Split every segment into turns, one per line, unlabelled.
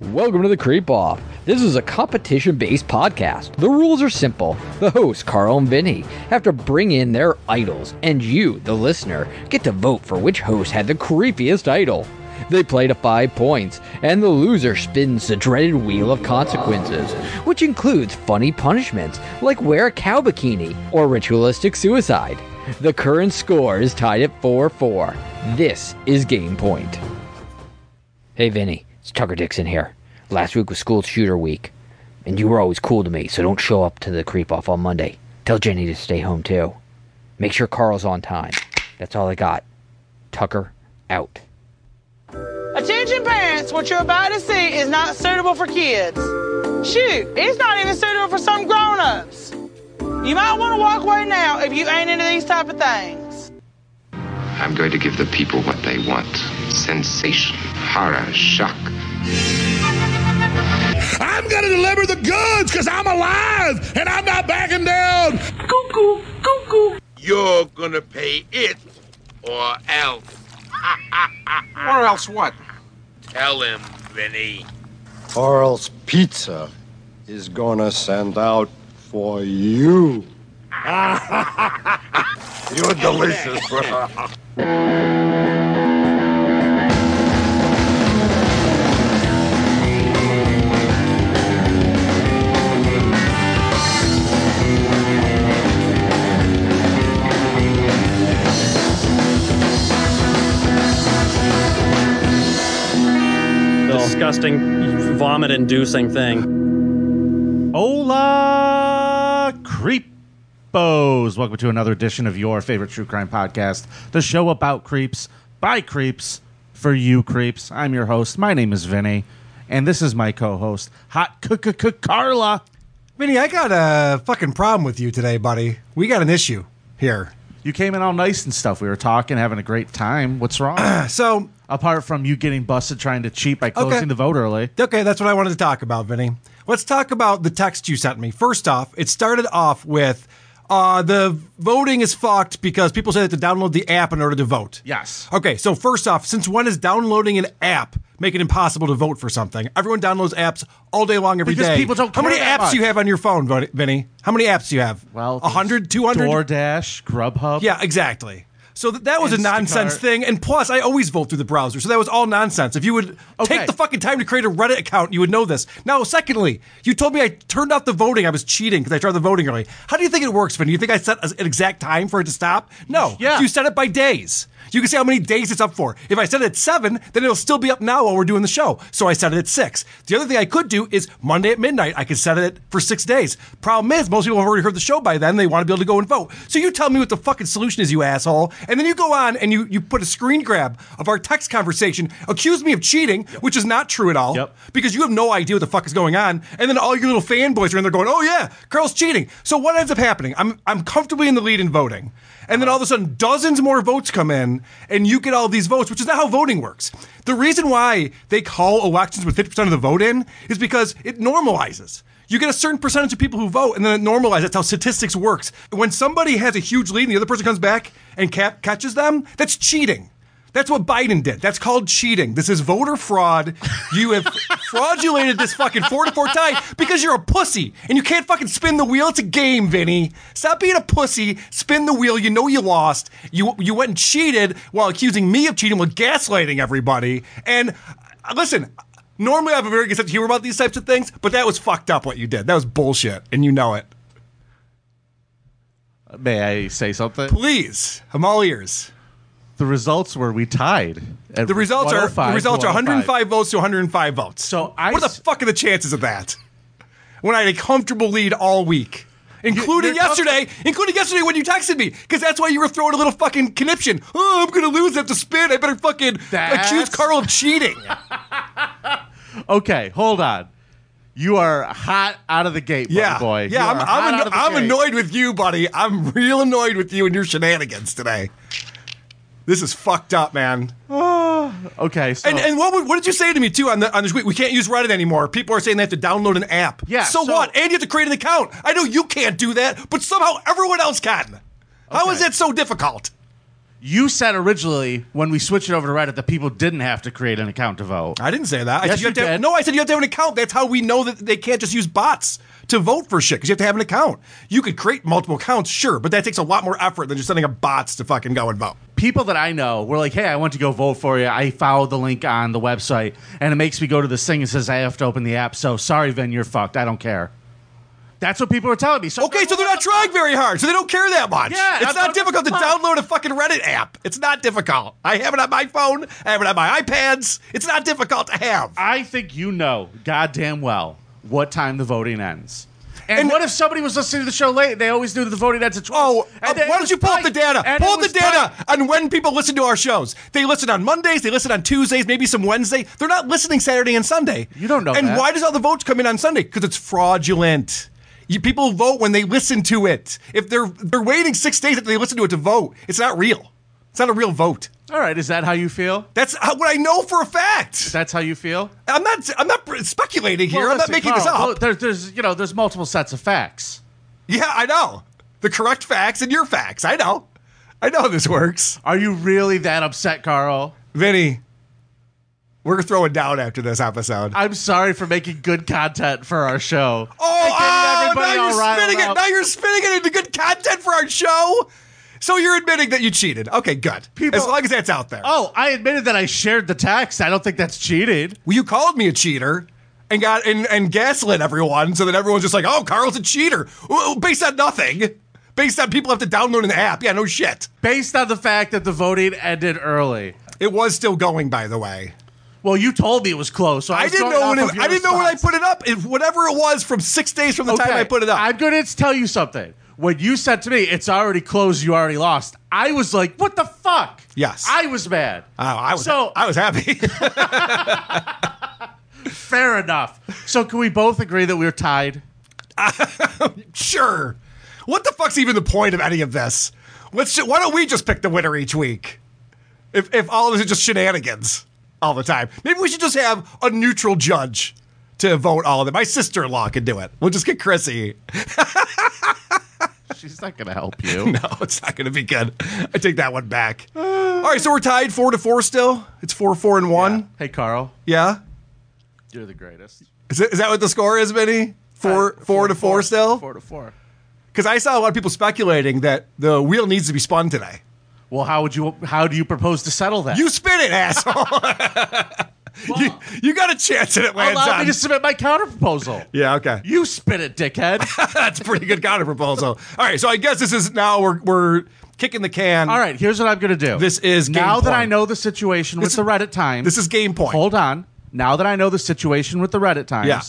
Welcome to the Creep Off. This is a competition based podcast. The rules are simple. The hosts, Carl and Vinny, have to bring in their idols, and you, the listener, get to vote for which host had the creepiest idol. They play to five points, and the loser spins the dreaded wheel of consequences, which includes funny punishments like wear a cow bikini or ritualistic suicide. The current score is tied at 4 4. This is Game Point. Hey, Vinny, it's Tucker Dixon here. Last week was school shooter week, and you were always cool to me, so don't show up to the creep off on Monday. Tell Jenny to stay home, too. Make sure Carl's on time. That's all I got. Tucker, out.
Attention parents, what you're about to see is not suitable for kids. Shoot, it's not even suitable for some grown-ups. You might want to walk away now if you ain't into these type of things.
I'm going to give the people what they want sensation, horror, shock.
I'm gonna deliver the goods because I'm alive and I'm not backing down.
You're gonna pay it or else.
Or else what?
Tell him, Vinny.
Carl's Pizza is gonna send out for you.
You're delicious, bro.
disgusting, vomit inducing thing.
Hola, creepos! Welcome to another edition of your favorite true crime podcast, the show about creeps, by creeps, for you creeps. I'm your host. My name is Vinny, and this is my co-host, Hot Cook Carla.
Vinny, I got a fucking problem with you today, buddy. We got an issue here.
You came in all nice and stuff. We were talking, having a great time. What's wrong?
So,
Apart from you getting busted trying to cheat by closing the vote early.
okay, that's what I wanted to talk about, Vinny. Let's talk about the text you sent me. First off, it started off with uh, the voting is fucked because people say they have to download the app in order to vote.
Yes.
Okay, so first off, since when is downloading an app make it impossible to vote for something? Everyone downloads apps all day long every day.
Because people don't
How many
care that
apps do you
much.
have on your phone, Vin- Vinny? How many apps do you have?
Well,
100, 200?
DoorDash, Grubhub.
Yeah, exactly. So th- that was
Instacart.
a nonsense thing. And plus, I always vote through the browser. So that was all nonsense. If you would
Okay.
take the fucking time to create a Reddit account, you would know this. Now, secondly, you told me I turned off the voting. I was cheating because I tried the voting early. How do you think it works, Vin? Do you think I set a- an exact time for it to stop? No.
Yeah.
You set it by days. You can see how many days it's up for. If I set it at seven, then it'll still be up now while we're doing the show. So I set it at six. The other thing I could do is Monday at midnight, I could set it for six days. Problem is, most people have already heard the show by then. They want to be able to go and vote. So you tell me what the fucking solution is, you asshole. And then you go on and you, you put a screen grab of our text conversation, accuse me of cheating, which is not true at all
Yep.
because you have no idea what the fuck is going on. And then all your little fanboys are in there going, "Oh yeah, Carl's cheating." So what ends up happening? I'm I'm comfortably in the lead in voting, and then all of a sudden, dozens more votes come in, and you get all these votes, which is not how voting works. The reason why they call elections with 50% of the vote in is because it normalizes. You get a certain percentage of people who vote, and then it normalizes. That's how statistics works. When somebody has a huge lead and the other person comes back and cap- catches them, that's cheating. That's what Biden did. That's called cheating. This is voter fraud. You have fraudulated this fucking four to four tie because you're a pussy and you can't fucking spin the wheel. It's a game, Vinny. Stop being a pussy. Spin the wheel. You know you lost. You you went and cheated while accusing me of cheating while gaslighting everybody. And uh, listen, normally I have a very good sense of humor about these types of things, but that was fucked up what you did. That was bullshit, and you know it.
May I say something?
Please, I'm all ears.
The results were we tied.
The results are the results are
105.
105 votes to 105 votes.
So I
what the
s-
fuck are the chances of that? When I had a comfortable lead all week, including
you're comfort-
yesterday, including yesterday when you texted me, because that's why you were throwing a little fucking conniption. Oh, I'm gonna lose. I have to spin. I better fucking
That's-
accuse Carl of cheating.
Okay, hold on. You are hot out of the gate,
yeah,
buddy boy. You
yeah.
are
I'm,
hot
I'm,
out
anno-
of the
I'm
gate.
annoyed with you, buddy. I'm real annoyed with you and your shenanigans today. This is fucked up, man.
Okay, so
And, and what, would- what did you say to me too on the on the tweet? We can't use Reddit anymore. People are saying they have to download an app.
Yeah,
So,
so-
what? And you have to create an account. I know you can't do that, but somehow everyone else can. How
Okay.
is that so difficult?
You said originally when we switched it over to Reddit that people didn't have to create an account to vote.
I didn't say that. I
Yes,
said
you
have to have-
did.
no, I said you have to have an account. That's how we know that they can't just use bots to vote for shit because you have to have an account. You could create multiple accounts, sure, but that takes a lot more effort than just sending up bots to fucking go and vote.
People that I know were like, "Hey, I want to go vote for you. I followed the link on the website, and it makes me go to this thing and says I have to open the app. So sorry, Vin, you're fucked. I don't care." That's what people were telling me. So
Okay, so they're not trying very hard, so they don't care that much.
Yeah,
it's
that's
not
what-
difficult to download a fucking Reddit app. It's not difficult. I have it on my phone. I have it on my iPads. It's not difficult to have.
I think you know goddamn well what time the voting ends. And, what if somebody was listening to the show late? They always knew that the voting ends at 12.
Uh, why don't you pull up the data? Pull up the data on when people listen to our shows. They listen on Mondays, they listen on Tuesdays, maybe some Wednesday. They're not listening Saturday and Sunday.
You don't know
And
that.
why does all the votes come in on Sunday? Because it's fraudulent. You, people vote when they listen to it. If they're they're waiting six days after they listen to it to vote, it's not real. It's not a real vote.
All right, is that how you feel?
That's how, what I know for a fact.
That's how you feel?
I'm not I'm not speculating here.
Well,
I'm not
listen,
making this
Carl,
up.
there- there's, you know, there's multiple sets of facts.
Yeah, I know the correct facts and your facts. I know. I know how this works.
Are you really that upset, Carl?
Vinny, we're throwing down after this episode.
I'm sorry for making good content for our show.
oh, oh,
everybody
now you're
all riled
spinning it.
up.
Now you're spinning it into good content for our show. So you're admitting that you cheated. Okay, good.
People-
as long as that's out there.
Oh, I admitted that I shared the text. I don't think that's cheated.
Well, you called me a cheater. And got and, and gaslit everyone, so that everyone's just like, "Oh, Carl's a cheater," Well, based on nothing, based on people have to download an app. Yeah, no shit.
Based on the fact that the voting ended early.
It was still going, by the way.
Well, you told me it was close, so I,
I
was
didn't
going
know
off
when it,
of your
I didn't know when I
response.
put it up. If whatever it was from six days from the time I put it up.
I'm going to tell you something. When you said to me, it's already closed, you already lost, I was like, what the fuck?
Yes.
I was mad.
Oh, I was
So,
I was happy.
fair enough. So, can we both agree that we're tied?
sure. What the fuck's even the point of any of this? Let's ju- why don't we just pick the winner each week? If if all of this is just shenanigans all the time. Maybe we should just have a neutral judge to vote all of them. My sister-in-law could do it. We'll just get Chrissy.
She's not going to help you.
No, it's not going to be good. I take that one back. all right, so we're tied 4 to 4 still. It's 4 4 and 1.
Hey, Carl,
Yeah.
you're the greatest.
Is, it, is that what the score is, Vinny? Four, four to four, still?
Four to four.
Because I saw a lot of people speculating that the wheel needs to be spun today.
Well, how would you? How do you propose to settle that?
You spin it, asshole. you, you got a chance at it lands
allow me
on.
to submit my counterproposal.
yeah, okay.
You spin it, dickhead.
That's a pretty good counter proposal. All right, so I guess this is now we're, we're kicking the can.
All right, here's what I'm going to do.
This is game
now that
point.
I know the situation with
This-
the Reddit times.
This is game point.
Hold on. Now that I know the situation with the Reddit times,
Yeah.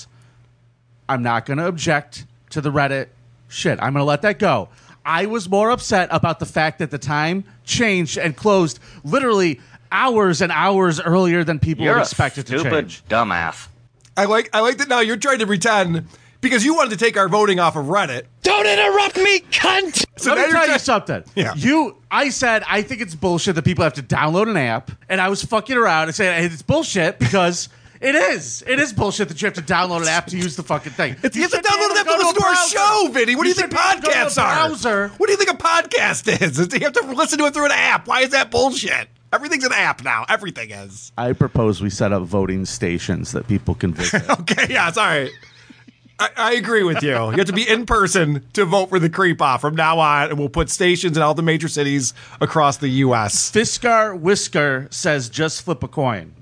I'm not going to object to the Reddit shit. I'm going to let that go. I was more upset about the fact that the time changed and closed literally hours and hours earlier than people were expected to change.
dumbass.
I like I like that now you're trying to pretend because you wanted to take our voting off of Reddit.
Don't interrupt me, cunt!
So
Let me tell
now you're
you
trying-
something.
Yeah.
You, I said I think it's bullshit that people have to download an app, and I was fucking around and saying "Hey, it's bullshit because it is. It is bullshit that you have to download an app to use the fucking thing.
You have to
should be
download
able
an app to
go
listen
a
to our
browser.
show, Vinny. What do you
should
think
be able to go to a
podcasts are?
Browser.
What do you think a podcast is? You have to listen to it through an app. Why is that bullshit? Everything's an app now. Everything is.
I propose we set up voting stations that people can visit.
Okay, yeah, sorry. I, I agree with you. You have to be in person to vote for the creep off from now on, and we'll put stations in all the major cities across the U.S.
Fiskar Whisker says just flip a coin.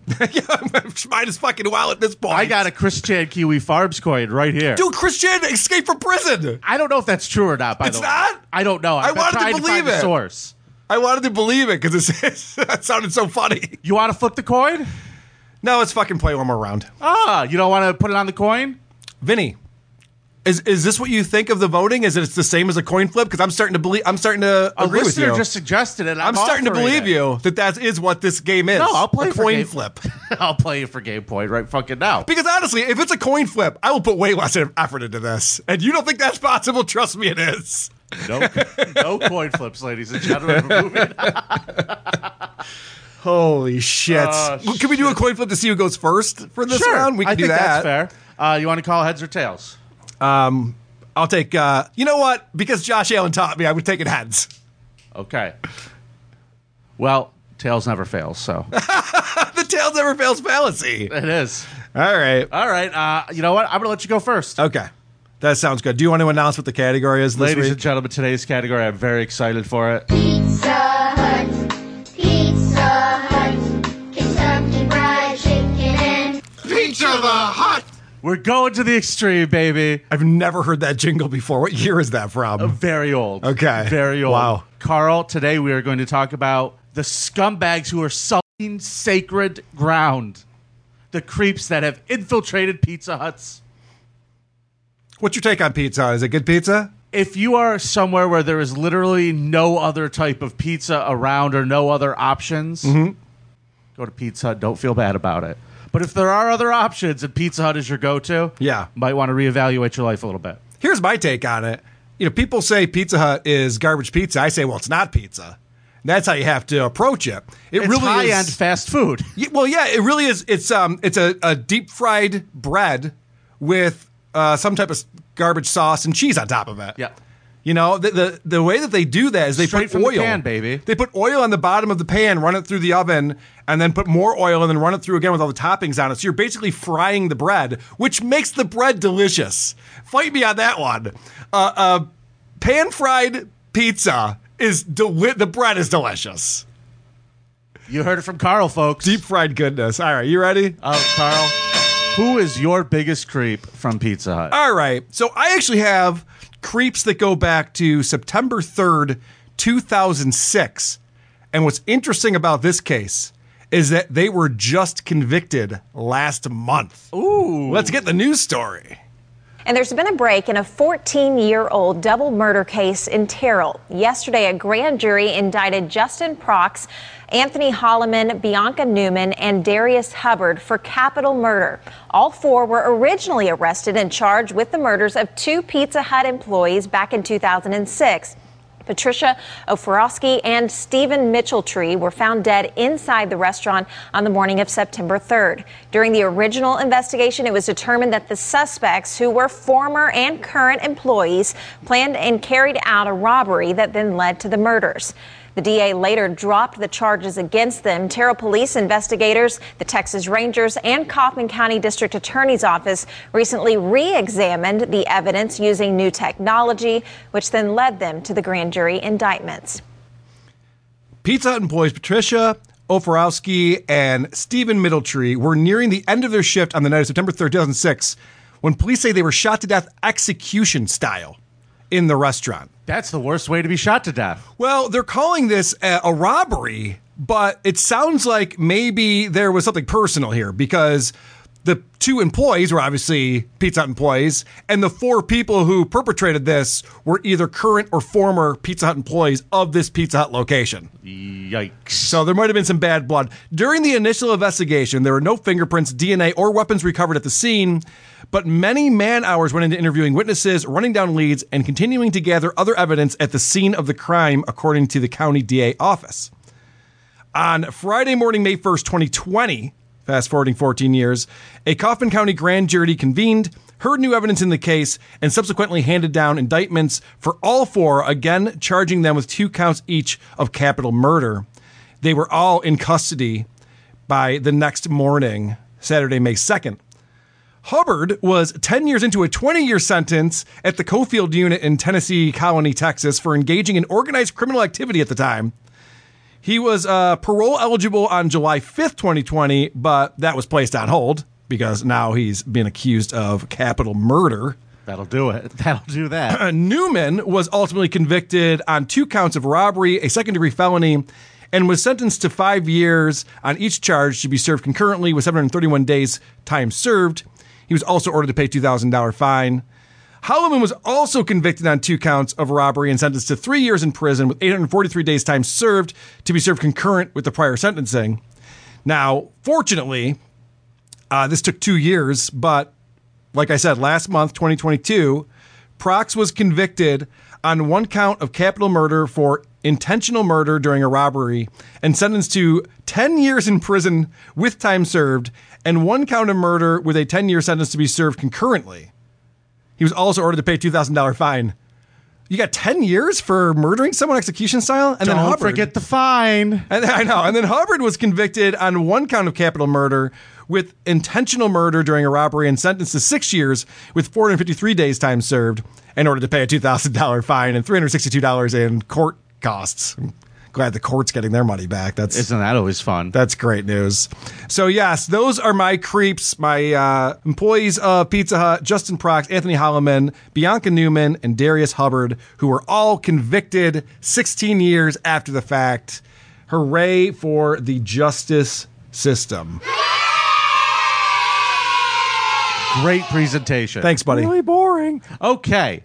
Mine is fucking wild at this point.
I got a Christian Kiwi Farms coin right here.
dude. Christian escaped from prison.
I don't know if that's true or not. By
It's
the way,
not?
I don't know. I've
I
been
wanted to
trying
believe
find the
it.
source.
I wanted to believe it because it sounded so funny.
You want to flip the coin?
Now let's fucking play one more round.
Ah, you don't want to put it on the coin?
Vinny, is is this what you think of the voting? Is it it's the same as a coin flip? Because I'm starting to believe I'm starting to
A
agree with
listener
you.
just suggested it. and
I'm
I'm,
starting to
offering
believe
it.
you that that is what this game is.
No, I'll play
a
for
coin
game-
flip.
I'll play you for game point right fucking now.
Because honestly, if it's a coin flip, I will put way less effort into this. And you don't think that's possible? Trust me, it is.
no, no coin flips, ladies and gentlemen. We're moving on.
Holy shit!
Uh,
Well, can we do a coin flip to see who goes first for this round? We can
I
do
think
that.
that's fair. Uh, you want to call heads or tails?
Um, I'll take. Uh, you know what? Because Josh Allen taught me, I would take it heads.
Okay. Well, tails never fails, so
the tails never fails fallacy.
it is.
All right.
All right. Uh, you know what? I'm going to let you go first.
Okay. That sounds good. Do you want to announce what the category is this
Ladies
week?
and gentlemen, today's category, I'm very excited for it.
Pizza Hut, Pizza Hut, Kentucky Fried Chicken and
Pizza the Hut.
We're going to the extreme, baby.
I've never heard that jingle before. What year is that from?
Very old.
Okay.
Very old.
Wow.
Carl, today we are going to talk about the scumbags who are sulking sacred ground. The creeps that have infiltrated Pizza Huts.
What's your take on pizza? Is it good pizza?
If you are somewhere where there is literally no other type of pizza around or no other options,
Mm-hmm.
go to Pizza Hut. Don't feel bad about it. But if there are other options and Pizza Hut is your go to,
Yeah.
might want to reevaluate your life a little bit.
Here's my take on it. You know, people say Pizza Hut is garbage pizza. I say, well, it's not pizza. That's how you have to approach it. It
It's
really
high
is.
end fast food.
Yeah, well, yeah, it really is. It's um, it's a, a deep fried bread with uh, some type of s- garbage sauce and cheese on top of it.
Yeah.
You know the the, the way that they do that is they
Straight
put
from the
oil,
pan, baby.
They put oil on the bottom of the pan, run it through the oven, and then put more oil and then run it through again with all the toppings on it. So you're basically frying the bread, which makes the bread delicious. Fight me on that one. Uh, uh, pan fried pizza is deli- the bread is delicious.
You heard it from Carl, folks.
Deep fried goodness. All right, you ready?
Oh, Carl, who is your biggest creep from Pizza Hut?
All right. So I actually have creeps that go back to September 3rd, 2006. And what's interesting about this case is that they were just convicted last month. Ooh. Let's get the news story.
And there's been a break in a 14 year old double murder case in Terrell. Yesterday, a grand jury indicted Justin Prox, Anthony Holloman, Bianca Newman, and Darius Hubbard for capital murder. All four were originally arrested and charged with the murders of two Pizza Hut employees back in 2006. Patricia Oforowski and Stephen Mitcheltree were found dead inside the restaurant on the morning of September 3rd. During the original investigation, it was determined that the suspects, who were former and current employees, planned and carried out a robbery that then led to the murders. The DA later dropped the charges against them. Terrell police investigators, the Texas Rangers, and Kaufman County District Attorney's Office recently re examined the evidence using new technology, which then led them to the grand jury indictments.
Pizza Hut employees Patricia Oforowski and Stephen Middletree were nearing the end of their shift on the night of September 3rd, 2006, when police say they were shot to death execution style in the restaurant.
That's the worst way to be shot to death.
Well, they're calling this a, a robbery, but it sounds like maybe there was something personal here because the two employees were obviously Pizza Hut employees, and the four people who perpetrated this were either current or former Pizza Hut employees of this Pizza Hut location.
Yikes.
So there might have been some bad blood. During the initial investigation, there were no fingerprints, DNA, or weapons recovered at the scene, but many man hours went into interviewing witnesses, running down leads, and continuing to gather other evidence at the scene of the crime, according to the county DA office. On Friday morning, May 1st, 2020, fast forwarding 14 years, a Kaufman County grand jury convened, heard new evidence in the case, and subsequently handed down indictments for all four, again charging them with two counts each of capital murder. They were all in custody by the next morning, Saturday, May 2nd. Hubbard was 10 years into a 20 year sentence at the Cofield unit in Tennessee Colony, Texas, for engaging in organized criminal activity at the time. He was uh, parole eligible on July 5th, 2020, but that was placed on hold because now he's been accused of capital murder.
That'll do it. That'll do that.
Uh, Newman was ultimately convicted on two counts of robbery, a second degree felony, and was sentenced to five years on each charge to be served concurrently with 731 days time served. He was also ordered to pay $2,000 fine. Holloman was also convicted on two counts of robbery and sentenced to three years in prison with 843 days time served to be served concurrent with the prior sentencing. Now, fortunately, uh, this took two years, but like I said, last month, 2022, Prox was convicted on one count of capital murder for intentional murder during a robbery and sentenced to 10 years in prison with time served and one count of murder with a 10 year sentence to be served concurrently. He was also ordered to pay $2,000 fine. You got ten years for murdering someone execution style, and then
Don't
Hubbard.
forget the fine.
And I know. And then Hubbard was convicted on one count of capital murder with intentional murder during a robbery and sentenced to six years with 453 days time served in order to pay a $2,000 fine and $362 in court costs. I'm glad the court's getting their money back. That's
Isn't that always fun?
That's great news. So yes, those are my creeps, my uh, employees of Pizza Hut, Justin Prox, Anthony Holloman, Bianca Newman, and Darius Hubbard, who were all convicted 16 years after the fact. Hooray for the justice system.
Great presentation.
Thanks, buddy.
Really boring. Okay.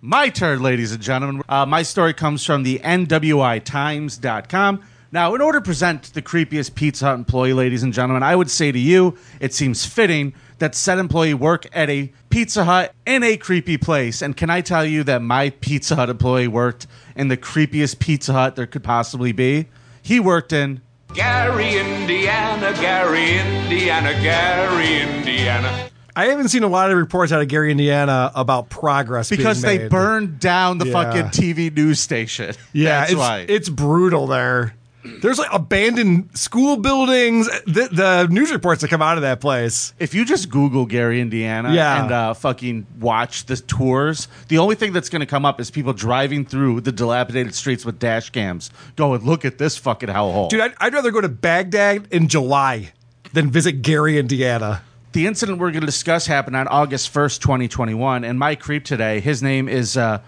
My turn, ladies and gentlemen. Uh, my story comes from the NWITimes.com. Now, in order to present the creepiest Pizza Hut employee, ladies and gentlemen, I would say to you, it seems fitting that said employee work at a Pizza Hut in a creepy place. And can I tell you that my Pizza Hut employee worked in the creepiest Pizza Hut there could possibly be? He worked in
Gary, Indiana, Gary, Indiana, Gary, Indiana.
I haven't seen a lot of reports out of Gary, Indiana about progress being
because they
made.
burned down the
Yeah.
fucking TV news station.
Yeah,
That's
it's,
why.
it's brutal there. There's like abandoned school buildings. The, the news reports that come out of that place.
If you just Google Gary, Indiana,
Yeah.
and uh, fucking watch the tours, the only thing that's going to come up is people driving through the dilapidated streets with dash cams going, look at this fucking hellhole.
Dude, I'd, I'd rather go to Baghdad in July than visit Gary, Indiana.
the incident we're going to discuss happened on August 1st, 2021. And my creep today, his name is uh,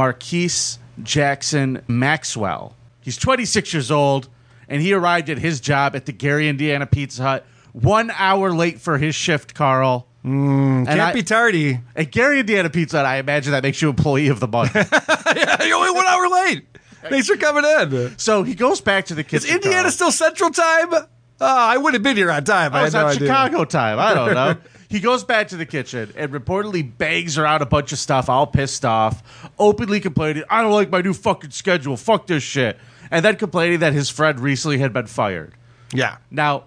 Marquise Jackson Maxwell. He's 26 years old, and he arrived at his job at the Gary, Indiana Pizza Hut one hour late for his shift, Carl.
Mm, can't
I-
be tardy.
At Gary, Indiana Pizza Hut, I imagine that makes you employee of the month.
You're only one hour late. Thanks for coming in.
So he goes back to the
Is
kitchen.
Indiana
Carl.
still Central Time? Uh, I would have been here on time. I,
I was
had no
on
idea.
Oh, Chicago time. I don't know. he goes back to the kitchen and reportedly bangs her out a bunch of stuff, all pissed off, openly complaining, I don't like my new fucking schedule. Fuck this shit. And then complaining that his friend recently had been fired.
Yeah.
Now,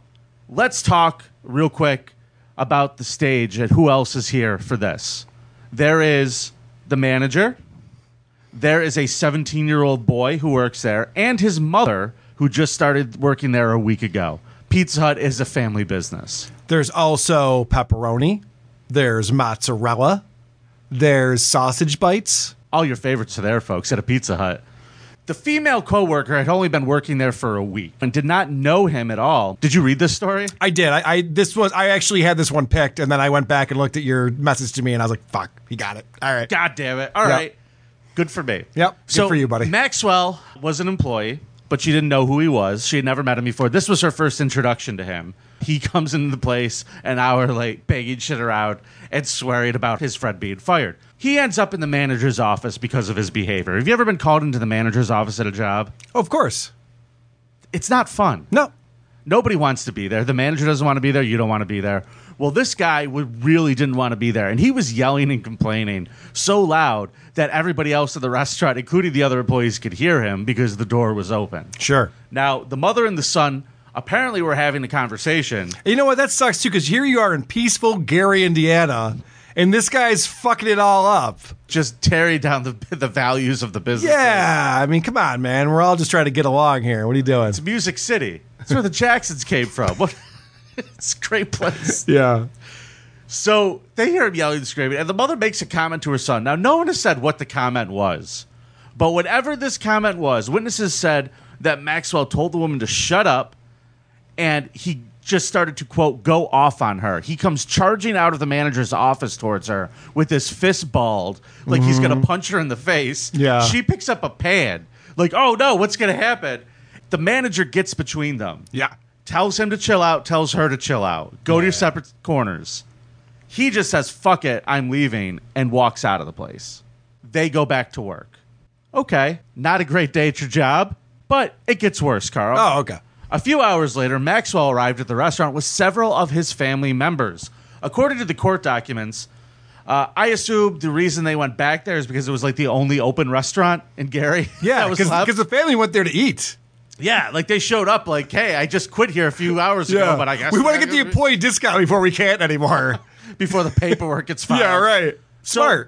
let's talk real quick about the stage and who else is here for this. There is the manager, there is a 17 year old boy who works there, and his mother who just started working there a week ago. Pizza Hut is a family business.
There's also pepperoni. There's mozzarella. There's sausage bites.
All your favorites are there, folks, at a Pizza Hut. The female coworker had only been working there for a week and did not know him at all. Did you read this story?
I did. I, I this was I actually had this one picked, and then I went back and looked at your message to me, and I was like, "Fuck, he got it." All right.
God damn it. All right.
Yep.
Good for me.
Yep. Good
so
for you, buddy.
Maxwell was an employee, but she didn't know who he was. She had never met him before. This was her first introduction to him. He comes into the place an hour late, banging shit around and swearing about his friend being fired. He ends up in the manager's office because of his behavior. Have you ever been called into the manager's office at a job?
Of course.
It's not fun.
No.
Nobody wants to be there. The manager doesn't want to be there. You don't want to be there. Well, this guy would really didn't want to be there, and he was yelling and complaining so loud that everybody else at the restaurant, including the other employees, could hear him because the door was open.
Sure.
Now, the mother and the son apparently were having a conversation.
You know what? That sucks too, because here you are in peaceful Gary, Indiana, and this guy's fucking it all up.
Just tearing down the the values of the business.
Yeah, I mean, come on, man. We're all just trying to get along here. What are you doing?
It's Music City. That's where the Jacksons came from. What? it's a great place.
Yeah.
So they hear him yelling and screaming, and the mother makes a comment to her son. Now, no one has said what the comment was, but whatever this comment was, witnesses said that Maxwell told the woman to shut up, and he just started to quote go off on her. He comes charging out of the manager's office towards her with his fist balled, like he's
Mhm.
going to punch her in the face.
Yeah.
she picks up a pan, like oh no, what's going to happen? The manager gets between them.
Yeah.
Tells him to chill out, tells her to chill out. Go to your separate corners. He just says, fuck it, I'm leaving, and walks out of the place. They go back to work. Okay, not a great day at your job, but it gets worse, Carl.
Oh, okay.
A few hours later, Maxwell arrived at the restaurant with several of his family members. According to the court documents, uh, I assume the reason they went back there is because it was like the only open restaurant in Gary.
Yeah,
that was left.
because the family went there to eat.
Yeah, like they showed up like, hey, I just quit here a few hours ago, but I guess
we want
we're
to get
not
the
gonna
employee discount before we can't anymore.
be- before the paperwork gets filed.
Yeah, right.
So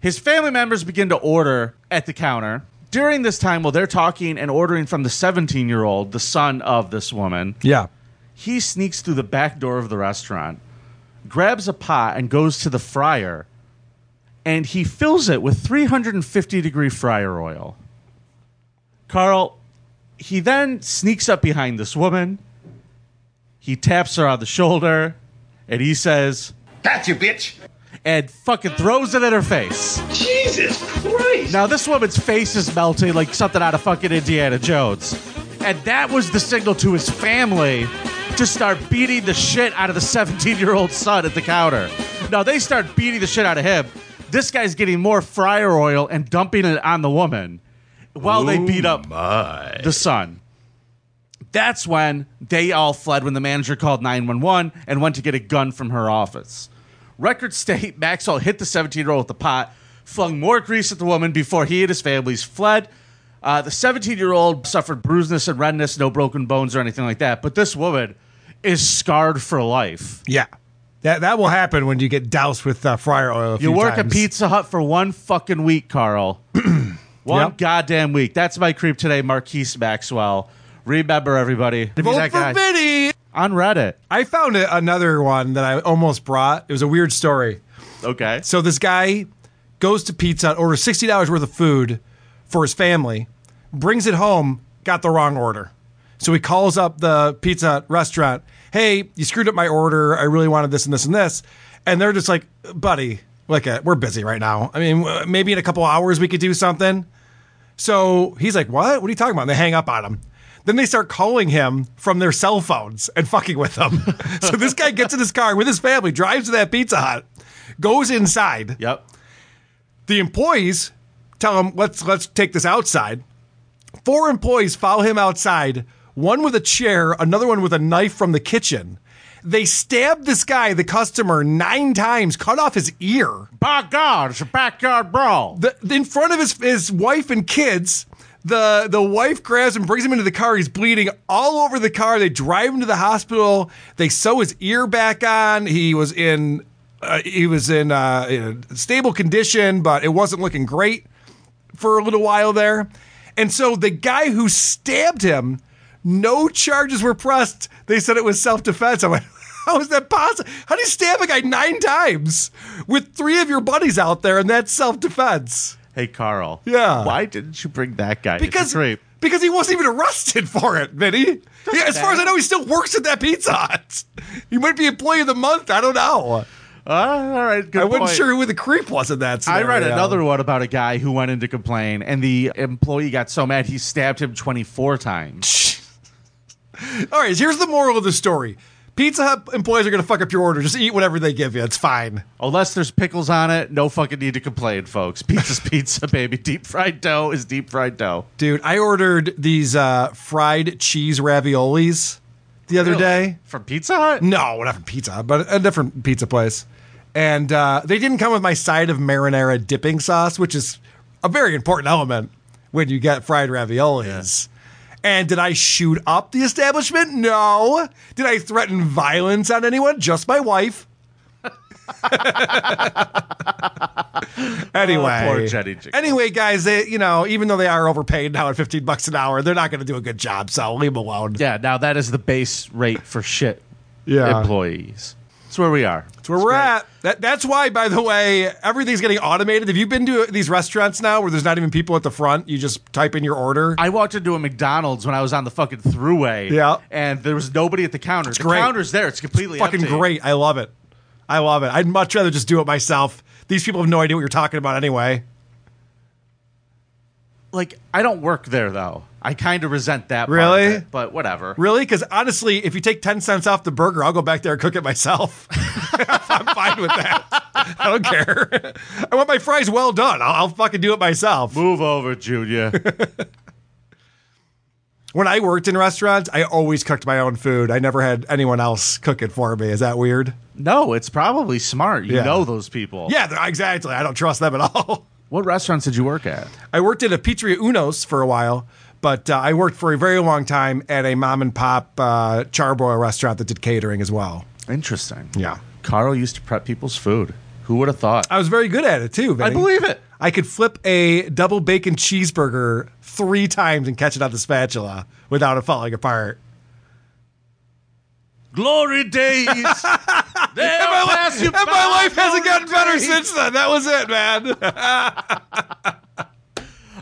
His family members begin to order at the counter. During this time, while they're talking and ordering from the 17 year old, the son of this woman,
Yeah.
he sneaks through the back door of the restaurant, grabs a pot, and goes to the fryer, and he fills it with 350 degree fryer oil. Carl, he then sneaks up behind this woman. He taps her on the shoulder, and he says, Gotcha, bitch! And fucking throws it at her face.
Jesus Christ!
Now this woman's face is melting like something out of fucking Indiana Jones. And that was the signal to his family to start beating the shit out of the 17-year-old son at the counter. Now they start beating the shit out of him. This guy's getting more fryer oil and dumping it on the woman while they
Oh
beat up the son. That's when they all fled when the manager called 911 and went to get a gun from her office. Record state Maxwell hit the 17 year old with the pot, flung more grease at the woman before he and his families fled. Uh, the 17 year old suffered bruisedness and redness, no broken bones or anything like that, but this woman is scarred for life.
Yeah. That, that will happen when you get doused with uh, fryer oil. A
You
few
work at
times.
Pizza Hut for one fucking week, Carl. one
Yep.
goddamn week. That's my creep today, Marquise Maxwell. Remember, everybody. to be
Vote
that
for
guy.
Vinny
on Reddit.
I found a, another one that I almost brought. It was a weird story.
Okay.
So this guy goes to Pizza Hut, orders sixty dollars worth of food for his family, brings it home, got the wrong order. So he calls up the Pizza Hut restaurant. Hey, you screwed up my order. I really wanted this and this and this, and they're just like, buddy, look at we're busy right now. I mean, w- maybe in a couple hours we could do something. So he's like, "What? What are you talking about?" And they hang up on him. Then they start calling him from their cell phones and fucking with him. so this guy gets in his car with his family, drives to that Pizza Hut, goes inside.
Yep.
The employees tell him, "Let's let's take this outside." Four employees follow him outside. One with a chair, another one with a knife from the kitchen. They stab this guy, the customer, nine times, cut off his ear.
By God, it's a backyard brawl.
The, in front of his his wife and kids. The the wife grabs him, brings him into the car. He's bleeding all over the car. They drive him to the hospital. They sew his ear back on. He was in uh, he was in, uh, in a stable condition, but it wasn't looking great for a little while there. And so the guy who stabbed him, no charges were pressed. They said it was self defense. I went, how is that possible? How do you stab a guy nine times with three of your buddies out there and that's self defense?
Hey, Carl.
Yeah.
Why didn't you bring that guy?
Because-
It's a creep.
Because he wasn't even arrested for it, Vinny. Yeah, as far as I know, he still works at that Pizza Hut. He might be employee of the month. I don't know.
Ah, all right, good
I wasn't
point.
sure who the creep was in
I
that. Scenario.
read another one about a guy who went in to complain, and the employee got so mad he stabbed him 24 times.
All right, here's the moral of the story. Pizza Hut employees are going to fuck up your order. Just eat whatever they give you. It's fine.
Unless there's pickles on it, no fucking need to complain, folks. Pizza's pizza, baby. Deep fried dough is deep fried dough.
Dude, I ordered these uh, fried cheese raviolis the other
Really?
day.
From Pizza Hut?
No, not from Pizza Hut, but a different pizza place. And uh, they didn't come with my side of marinara dipping sauce, which is a very important element when you get fried raviolis. And did I shoot up the establishment? No. Did I threaten violence on anyone? Just my wife. anyway,
Oh, poor Jenny Jick-
anyway, guys, they, you know, even though they are overpaid now at 15 bucks an hour, they're not going to do a good job. So leave them alone.
Yeah, now that is the base rate for shit
Yeah.
employees. That's where we are.
That's where we're at. That, that's why, by the way, everything's getting automated. Have you been to these restaurants now where there's not even people at the front? You just type in your order.
I walked into a McDonald's when I was on the fucking thruway.
Yeah.
And there was nobody at the counter. the
great.
counter's there. It's completely
Fucking
empty.
great. I love it. I love it. I'd much rather just do it myself. These people have no idea what you're talking about anyway.
Like, I don't work there, though. I kind of resent that. part of
Really?
it, but whatever.
Really? Because honestly, if you take 10 cents off the burger, I'll go back there and cook it myself. I'm fine with that. I don't care. I want my fries well done. I'll, I'll fucking do it myself.
Move over, Junior.
when I worked in restaurants, I always cooked my own food. I never had anyone else cook it for me. Is that weird?
No, it's probably smart. You
Yeah.
know those people.
Yeah, they're- exactly. I don't trust them at all.
What restaurants did you work at?
I worked at a Pizzeria Unos for a while, but uh, I worked for a very long time at a mom and pop uh, charbroil restaurant that did catering as well.
Interesting.
Yeah.
Carl used to prep people's food. Who would have thought?
I was very good at it too. Vinny.
believe it.
I could flip a double bacon cheeseburger three times and catch it on the spatula without it falling apart.
Glory days. and
my, life, and my life hasn't gotten better since then. That was it, man.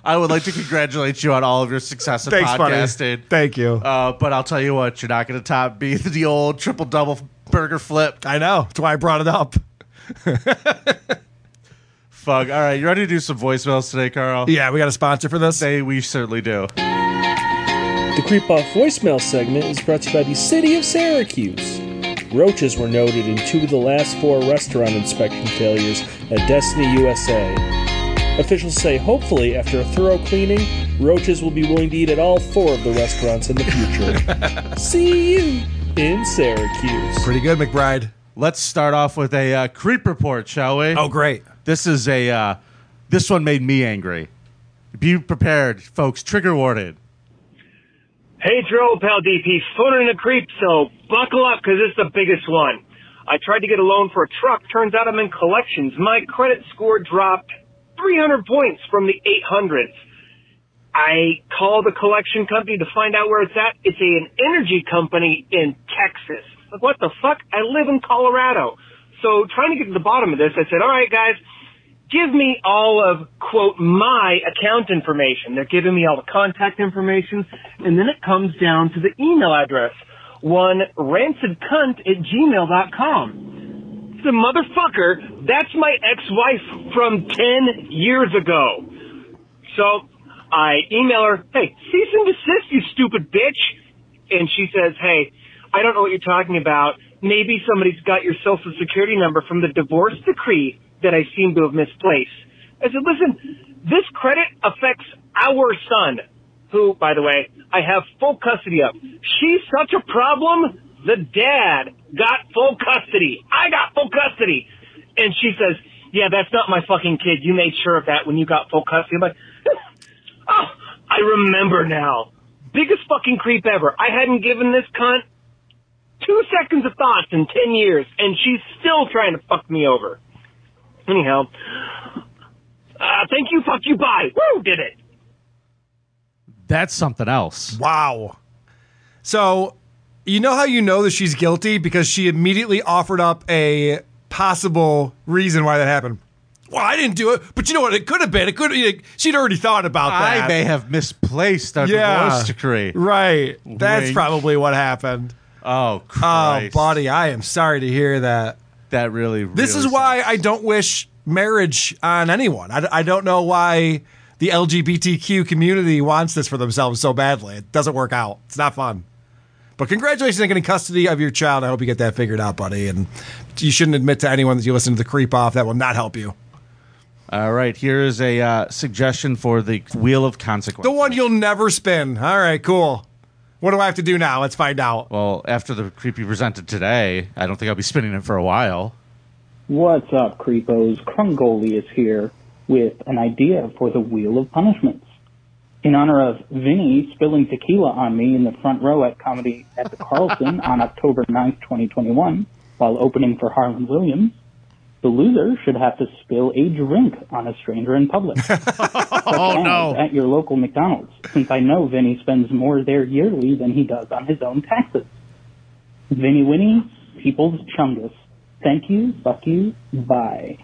I would like to congratulate you on all of your success in
Thanks, buddy.
podcasting.
Thank you.
Uh, but I'll tell you what, you're not going to top be the old triple double burger flip.
I know. That's why I brought it up.
Fuck. All right, you ready to do some voicemails today, Carl?
Yeah, we got a sponsor for this.
Say we certainly do.
The Creep Off voicemail segment is brought to you by the City of Syracuse. Roaches were noted in two of the last four restaurant inspection failures at Destiny USA. Officials say hopefully, after a thorough cleaning, roaches will be willing to eat at all four of the restaurants in the future. See you in Syracuse.
Pretty good, McBride.
Let's start off with a uh, creep report, shall we?
Oh, great.
This is a. Uh, this one made me angry. Be prepared, folks. Trigger warning.
Hey, Dro, pal DP, foot in a creep, so buckle up because it's the biggest one. I tried to get a loan for a truck. Turns out I'm in collections. My credit score dropped 300 points from the 800s. I called the collection company to find out where it's at. It's a, an energy company in Texas. Like, what the fuck? I live in Colorado. So trying to get to the bottom of this, I said, all right, guys, give me all of, quote, my account information. They're giving me all the contact information. And then it comes down to the email address. One rancidcunt at gmail.com. The motherfucker, that's my ex-wife from 10 years ago. So I email her, hey, cease and desist, you stupid bitch. And she says, hey, I don't know what you're talking about. Maybe somebody's got your social security number from the divorce decree that I seem to have misplaced. I said, listen, this credit affects our son, who, by the way, I have full custody of. She's such a problem, the dad got full custody. I got full custody. And she says, yeah, that's not my fucking kid. You made sure of that when you got full custody. I'm like, Oh, I remember now. Biggest fucking creep ever. I hadn't given this cunt two seconds of thoughts in ten years, and she's still trying to fuck me over. Anyhow, uh, thank you, fuck you, bye. Woo, did it.
That's something else.
Wow. So, you know how you know that she's guilty because she immediately offered up a possible reason why that happened. Well, I didn't do it, but you know what? It could have been. It could. It, she'd already thought about that.
I may have misplaced a
Yeah.
divorce decree.
Right. That's
Wink.
probably what happened. Oh,
Oh, Christ.
buddy, I am sorry to hear that.
That really.
This
really
is why I don't wish marriage on anyone. I, I don't know why the LGBTQ community wants this for themselves so badly. It doesn't work out. It's not fun. But congratulations on getting custody of your child. I hope you get that figured out, buddy. And you shouldn't admit to anyone that you listen to the creep off. That will not help you.
All right, here is a uh, suggestion for the wheel of
The
consequence.
one you'll never spin. All right, cool. What do I have to do now? Let's find out.
well, after the creepy presented today, I don't think I'll be spinning it for a while.
What's up, creepos? Krungoli is here with an idea for the Wheel of Punishments. In honor of Vinny spilling tequila on me in the front row at Comedy at the Carlson on October 9th, 2021, while opening for Harlan Williams, the loser should have to spill a drink on a stranger in public. oh, no. At your local McDonald's, since I know Vinny spends more there yearly than he does on his own taxes. Vinny Winnie, People's Chungus. Thank you, fuck you, bye.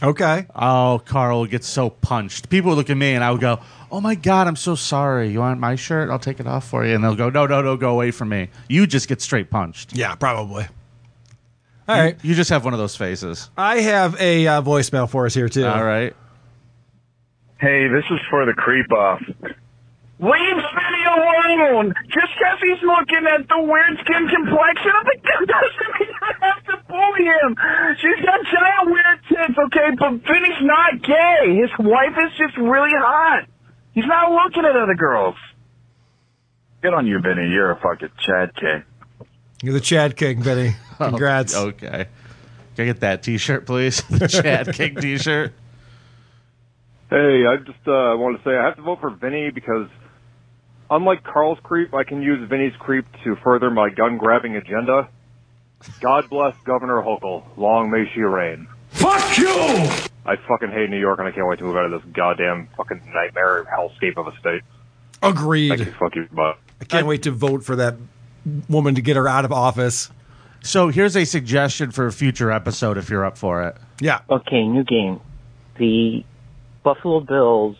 Okay.
Oh, Carl would get so punched. People would look at me and I would go, Oh my God, I'm so sorry. You want my shirt? I'll take it off for you. And they'll go, No, no, no, go away from me. You just get straight punched.
Yeah, probably.
All
right.
You, just have one of those faces.
I have a uh, voicemail for us here, too.
All right.
Hey, this is for the creep off. Leave Vinny alone! Just because he's looking at the weird skin complexion of the kid doesn't mean I have to bully him! She's got giant weird tits, okay, but Vinny's not gay! His wife is just really hot! He's not looking at other girls! Good on you, Vinny. You're a fucking Chad K. Oh,
You're the Chad King, Benny. Congrats.
okay. Can I get that t shirt, please? the Chad King t shirt.
Hey, I just uh, wanted to say I have to vote for Vinny because, unlike Carl's creep, I can use Vinny's creep to further my gun grabbing agenda. God bless Governor Hochul. Long may she reign.
Fuck you!
I fucking hate New York, and I can't wait to move out of this goddamn fucking nightmare hellscape of a state.
Agreed.
Thank you, fuck you, bye.
I can't wait to vote for that woman to get her out of office.
So here's a suggestion for a future episode if you're up for it.
Yeah.
Okay, new game. The Buffalo Bills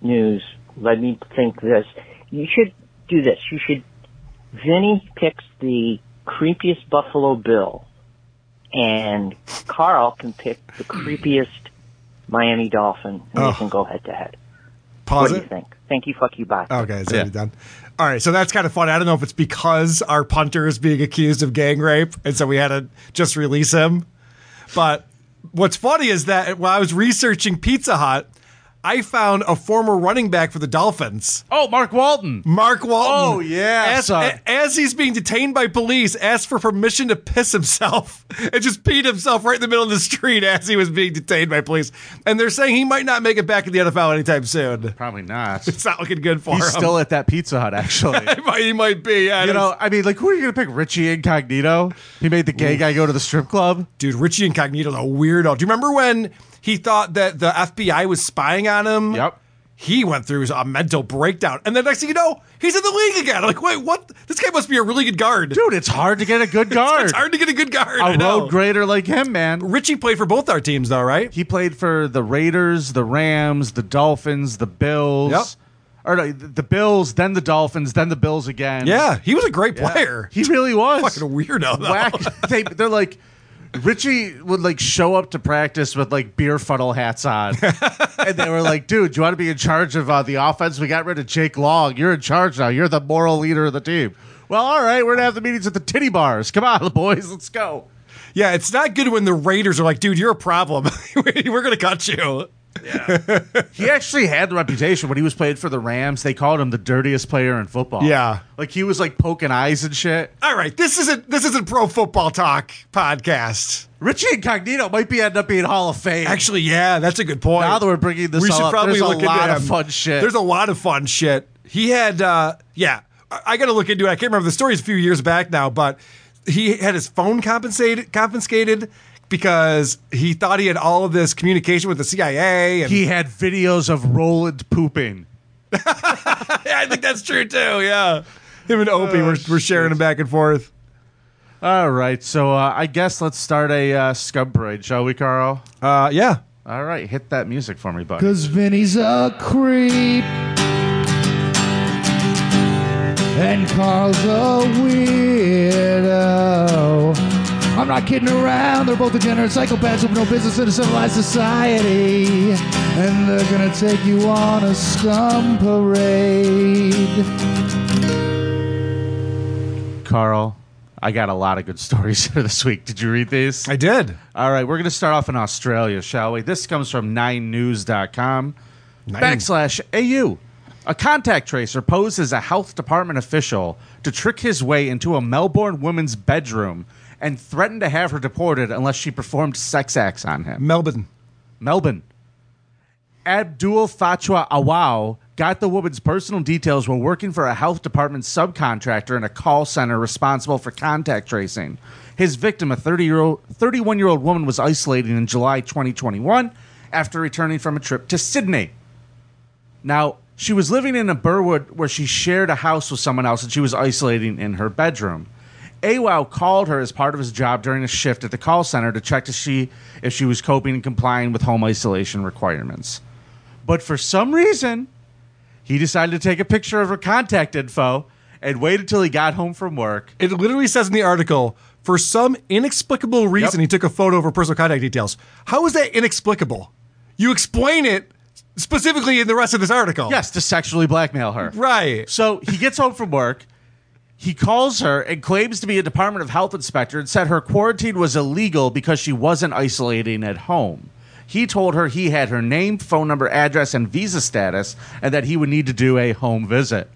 news led me to think this. You should do this. You should. Vinny picks the creepiest Buffalo Bill, and Carl can pick the creepiest Miami Dolphin, and
Oh.
they can go head to head.
Pause
what
it?
do you think? Thank you, fuck you, bye.
Okay, it's already done. All right, so that's kind of fun. I don't know if it's because our punter is being accused of gang rape, and so we had to just release him. But what's funny is that while I was researching Pizza Hut, I found a former running back for the Dolphins.
Oh, Mark Walton.
Mark Walton.
Oh, yeah,
As,
son.
a- as he's being detained by police, asked for permission to piss himself and just peed himself right in the middle of the street as he was being detained by police. And they're saying he might not make it back in the NFL anytime soon.
Probably not.
It's not looking good for
He's
him.
still at that Pizza Hut, actually.
He might- he might be. yeah,
you
it's-
know, I mean, like, who are you going to pick? Richie Incognito? He made the gay guy go to the strip club.
Dude, Richie Incognito's a weirdo. Do you remember when he thought that the FBI was spying on him? Yep. He went through a mental breakdown. And the next thing you know, he's in the league again. I'm like, wait, what? This guy must be a really good guard.
Dude, it's hard to get a good guard.
it's hard to get a good guard. I
A
know.
road grader like him, man.
Richie played for both our teams, though, right?
He played for the Raiders, the Rams, the Dolphins, the Bills.
Yep.
Or no, the the Bills, then the Dolphins, then the Bills again.
Yeah, he was a great player.
He really was.
Fucking a weirdo, though.
Whack. They, they're like, Richie would like show up to practice with like beer funnel hats on. and they were like, dude, you want to be in charge of uh, the offense? We got rid of Jake Long. You're in charge now. You're the moral leader of the team. Well, all right, we're going to have the meetings at the titty bars. Come on, boys, let's go.
Yeah, it's not good when the Raiders are like, dude, you're a problem. We're going to cut you.
he actually had the reputation when he was playing for the Rams. They called him the dirtiest player in football.
Yeah.
like he was like poking eyes and shit.
All right, this isn't this isn't pro football talk podcast.
Richie Incognito might be end up being Hall of Fame.
Actually, yeah, that's a good point.
Now that we're bringing this
we
all
should
up,
probably
there's a
look into
lot
him.
of fun shit.
There's a lot of fun shit. He had, uh, yeah, I, I got to look into it. I can't remember the story. It's a few years back now, but he had his phone compensated, confiscated because he thought he had all of this communication with the CIA. And
He had videos of Roland pooping.
I think that's true too. Yeah, him and Opie
Oh,
were, were sharing them back and forth.
All right, so uh, I guess let's start a uh, scum parade, shall we, Carl?
Uh, yeah.
All right, hit that music for me, buddy.
Cause Vinny's a creep. And Carl's a weirdo. I'm not kidding around. They're both degenerate psychopaths with no business in a civilized society. And they're gonna take you on a scum parade.
Carl, I got a lot of good stories here this week. Did you read these? I
did.
All right, we're going to start off in Australia, shall we? This comes from 9news.com backslash AU. A contact tracer posed as a health department official to trick his way into a Melbourne woman's bedroom and threatened to have her deported unless she performed sex acts on him.
Melbourne.
Melbourne. Abdul Fatwa Awau got the woman's personal details while working for a health department subcontractor in a call center responsible for contact tracing. His victim, a 30 year old, 31 year old woman, was isolated in July 2021 after returning from a trip to Sydney. Now, she was living in a Burwood where she shared a house with someone else and she was isolating in her bedroom. AWOW called her as part of his job during a shift at the call center to check to see if she was coping and complying with home isolation requirements. But for some reason, he decided to take a picture of her contact info and waited till he got home from work.
It literally says in the article, for some inexplicable reason, he took a photo of her personal contact details. How is that inexplicable? You explain it specifically in the rest of this article.
Yes, to sexually blackmail her.
Right.
So he gets home from work. He calls her and claims to be a Department of Health inspector and said her quarantine was illegal because she wasn't isolating at home. He told her he had her name, phone number, address, and visa status, and that he would need to do a home visit.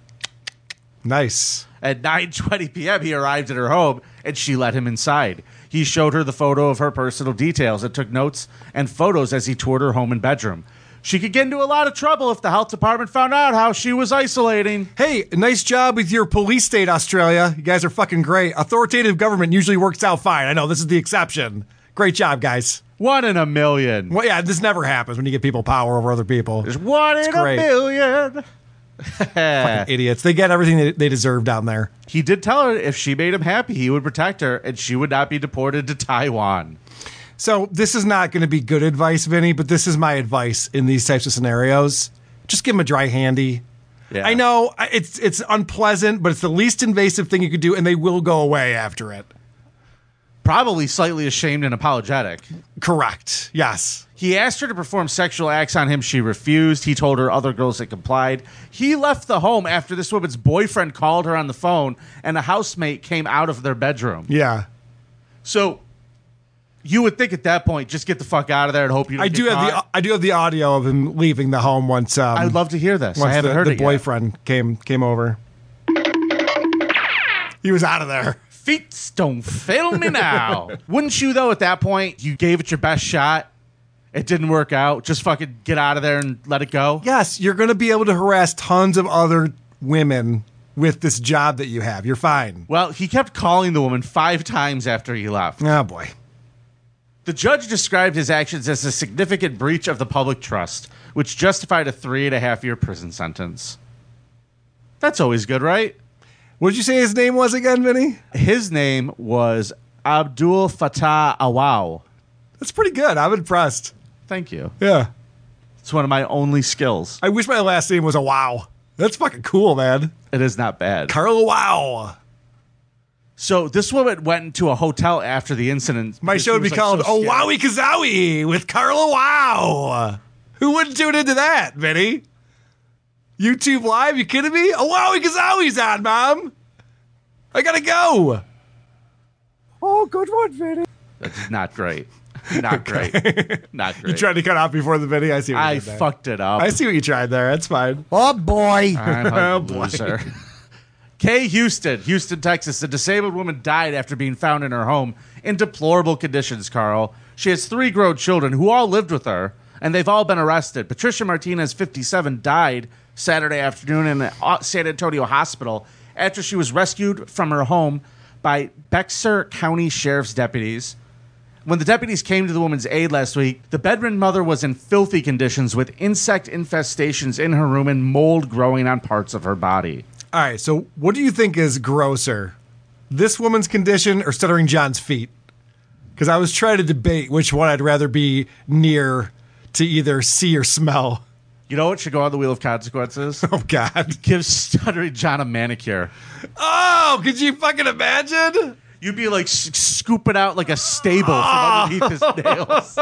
Nice.
At 9:20 p.m., he arrived at her home, and she let him inside. He showed her the photo of her personal details and took notes and photos as he toured her home and bedroom. She could get into a lot of trouble if the health department found out how she was isolating.
Hey, nice job with your police state, Australia. You guys are fucking great. Authoritative government usually works out fine. I know this is the exception. Great job, guys.
One in a million.
Well, yeah, this never happens when you give people power over other people. There's
one in a million.
Fucking idiots. They get everything they, they deserve down there.
He did tell her if she made him happy, he would protect her and she would not be deported to Taiwan.
So this is not going to be good advice, Vinny, but this is my advice in these types of scenarios. Just give them a dry handy.
Yeah.
I know I- it's it's unpleasant, but it's the least invasive thing you could do, and they will go away after it.
Probably slightly ashamed and apologetic.
Correct. Yes.
He asked her to perform sexual acts on him. She refused. He told her other girls that complied. He left the home after this woman's boyfriend called her on the phone and a housemate came out of their bedroom.
Yeah.
So you would think at that point, just get the fuck out of there and hope you don't
I do
get
have
caught.
the I do have the audio of him leaving the home once. Um,
I'd love to hear this.
Once
I haven't
the,
heard
the
it yet.
boyfriend came came over. He was out of there.
Feet don't fail me now. Wouldn't you though? At that point, you gave it your best shot. It didn't work out. Just fucking get out of there and let it go.
Yes, you're going to be able to harass tons of other women with this job that you have. You're fine.
Well, he kept calling the woman five times after he left.
Oh boy.
The judge described his actions as a significant breach of the public trust, which justified a three and a half year prison sentence. That's always good, right?
What did you say his name was again, Vinny?
His name was Abdul Fatah Awau.
That's pretty good. I'm impressed.
Thank you.
Yeah.
It's one of my only skills.
I wish my last name was a wow. That's fucking cool, man.
It is not bad.
Carl Wow.
So this woman went into a hotel after the incident.
My
because she
show would be
was, like,
called
so
Oh Wowie
scared.
Kazowie with Carla Wow. Who wouldn't tune into that, Vinny? YouTube Live? You kidding me? Oh Wowie Kazowie's on, Mom. I gotta go. Oh, good one, Vinny.
That's not great. Not great. Not great.
You tried to cut off before the Vinny. I see. What you
I
did there.
fucked it up.
I see what you tried there. That's fine.
Oh boy.
I'm
Oh,
a
boy.
loser. Kay Houston, Houston, Texas. A disabled woman died after being found in her home in deplorable conditions, Carl. She has three grown children who all lived with her, and they've all been arrested. Patricia Martinez, 57, died Saturday afternoon in a uh, San Antonio hospital after she was rescued from her home by Bexar County Sheriff's deputies. When the deputies came to the woman's aid last week, the bedridden mother was in filthy conditions with insect infestations in her room and mold growing on parts of her body.
All right. So, what do you think is grosser, this woman's condition or Stuttering John's feet? Because I was trying to debate which one I'd rather be near to either see or smell.
You know what should go on the wheel of consequences?
Oh God!
Give Stuttering John a manicure.
Oh, could you fucking imagine?
You'd be like s- scooping out like a stable from underneath his nails.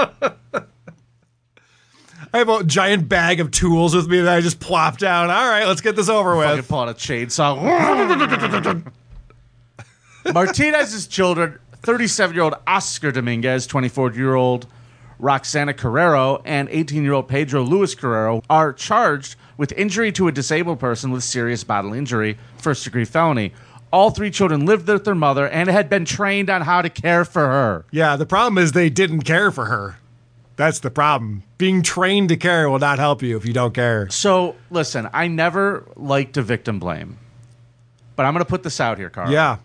I have a giant bag of tools with me that I just plop down. All right, let's get this over
Fucking
with.
pull out a chainsaw. Martinez's children, 37 year old Oscar Dominguez, 24 year old Roxana Carrero, and 18 year old Pedro Luis Carrero, are charged with injury to a disabled person with serious bodily injury, first degree felony. All three children lived with their mother and had been trained on how to care for her.
Yeah, the problem is they didn't care for her. That's the problem. Being trained to care will not help you if you don't care.
So, listen, I never like to victim blame, but I'm going to put this out here, Carl.
Yeah.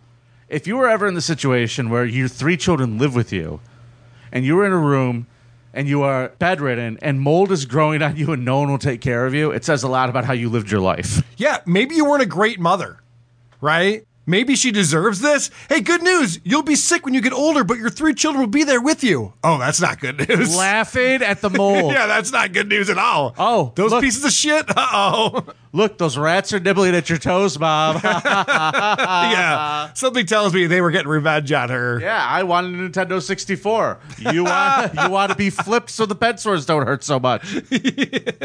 if you were ever in the situation where your three children live with you and you were in a room and you are bedridden and mold is growing on you and no one will take care of you, it says a lot about how you lived your life.
Yeah, maybe you weren't a great mother, right? Maybe she deserves this. Hey, good news. You'll be sick when you get older, but your three children will be there with you. Oh, that's not good news.
Laughing at the mold.
yeah, that's not good news at all.
Oh,
Those
look.
pieces of shit. Uh oh.
Look, those rats are nibbling at your toes, Mom.
yeah. Something tells me they were getting revenge on her.
Uh, yeah, I want a Nintendo 64. You want you want to be flipped so the bed sores don't hurt so much.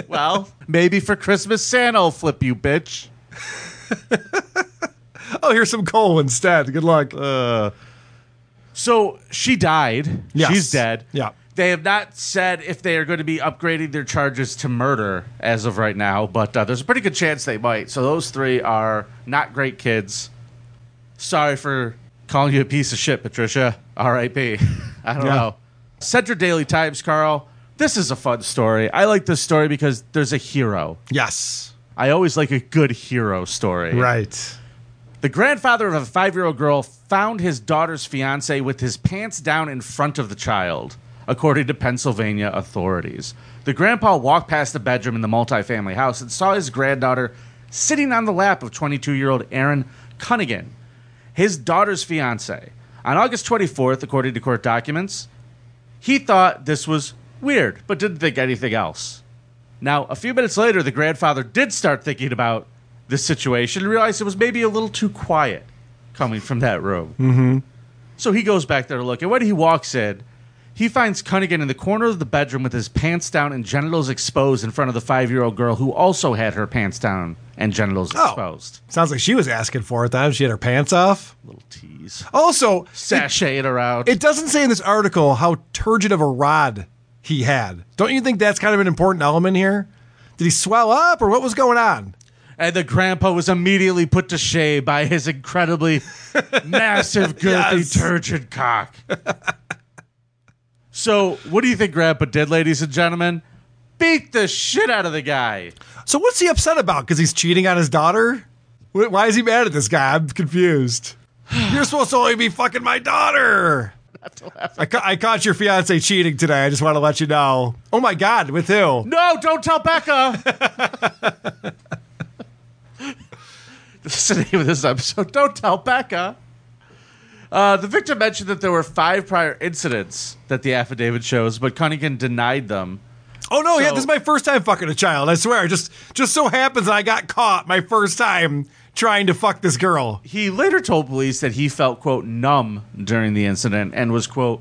Well, maybe for Christmas Santa'll flip you, bitch.
Oh, here's some coal instead. Good luck.
Uh, So she died.
Yes.
She's dead.
Yeah.
They have not said if they are going to be upgrading their charges to murder as of right now, but uh, there's a pretty good chance they might. So those three are not great kids. Sorry for calling you a piece of shit, Patricia. R.I.P. I don't
Yeah.
know. Central Daily Times, Carl. This is a fun story. I like this story because there's a hero.
yes.
I always like a good hero story.
Right.
The grandfather of a five year old girl found his daughter's fiance with his pants down in front of the child, according to Pennsylvania authorities. The grandpa walked past the bedroom in the multifamily house and saw his granddaughter sitting on the lap of 22 year old Aaron Cunningham, his daughter's fiance. On August 24th, according to court documents, he thought this was weird, but didn't think anything else. Now, a few minutes later, the grandfather did start thinking about this situation and realized it was maybe a little too quiet coming from that room.
Mm-hmm.
So he goes back there to look. And when he walks in, he finds Cunningham in the corner of the bedroom with his pants down and genitals exposed in front of the five year old girl who also had her pants down and genitals
Oh.
exposed.
Sounds like she was asking for it then. She had her pants off.
Little tease.
Also,
Sashayed around.
It doesn't say in this article how turgid of a rod he had. Don't you think that's kind of an important element here? Did he swell up or what was going on?
And the grandpa was immediately put to shame by his incredibly massive, girthy,
Yes.
turgid cock. so, what do you think grandpa did, ladies and gentlemen? Beat the shit out of the guy.
So what's he upset about? Because he's cheating on his daughter? Wh- Why is he mad at this guy? I'm confused. You're supposed to only be fucking my daughter. I, ca- I caught your fiance cheating today. I just want to let you know. Oh my God, with who?
No, don't tell Becca. That's the name of this episode. Don't tell Becca. Uh, the victim mentioned that there were five prior incidents that the affidavit shows, but Cunningham denied them.
Oh no, yeah, this is my first time fucking a child. I swear. Just just so happens I got caught my first time trying to fuck this girl.
He later told police that he felt, quote, numb during the incident and was, quote,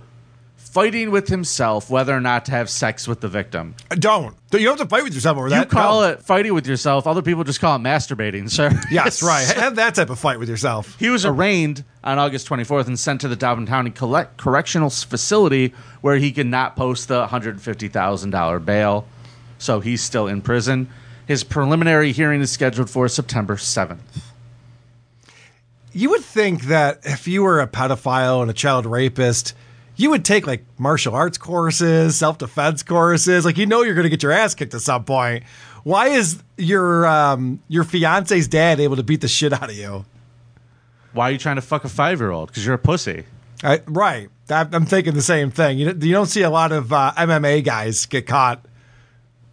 fighting with himself whether or not to have sex with the victim.
I Don't. You don't have to fight with yourself over
You
that.
call
No.
it fighting with yoself. Other people just call it masturbating, sir.
Yes, right. Have that type of fight with yourself.
He was arraigned on August 24th and sent to the Dobbin County Collect- Correctional Facility where he could not post the $150,000 bail. So he's still in prison. His preliminary hearing is scheduled for September 7th.
You would think that if you were a pedophile and a child rapist, you would take like martial arts courses, self defense courses. Like you know you're going to get your ass kicked at some point. Why is your um, your fiance's dad able to beat the shit out of you?
Why are you trying to fuck a five year old? Because you're a pussy.
I, right. I, I'm thinking the same thing. You, don't- you don't see a lot of uh, MMA guys get caught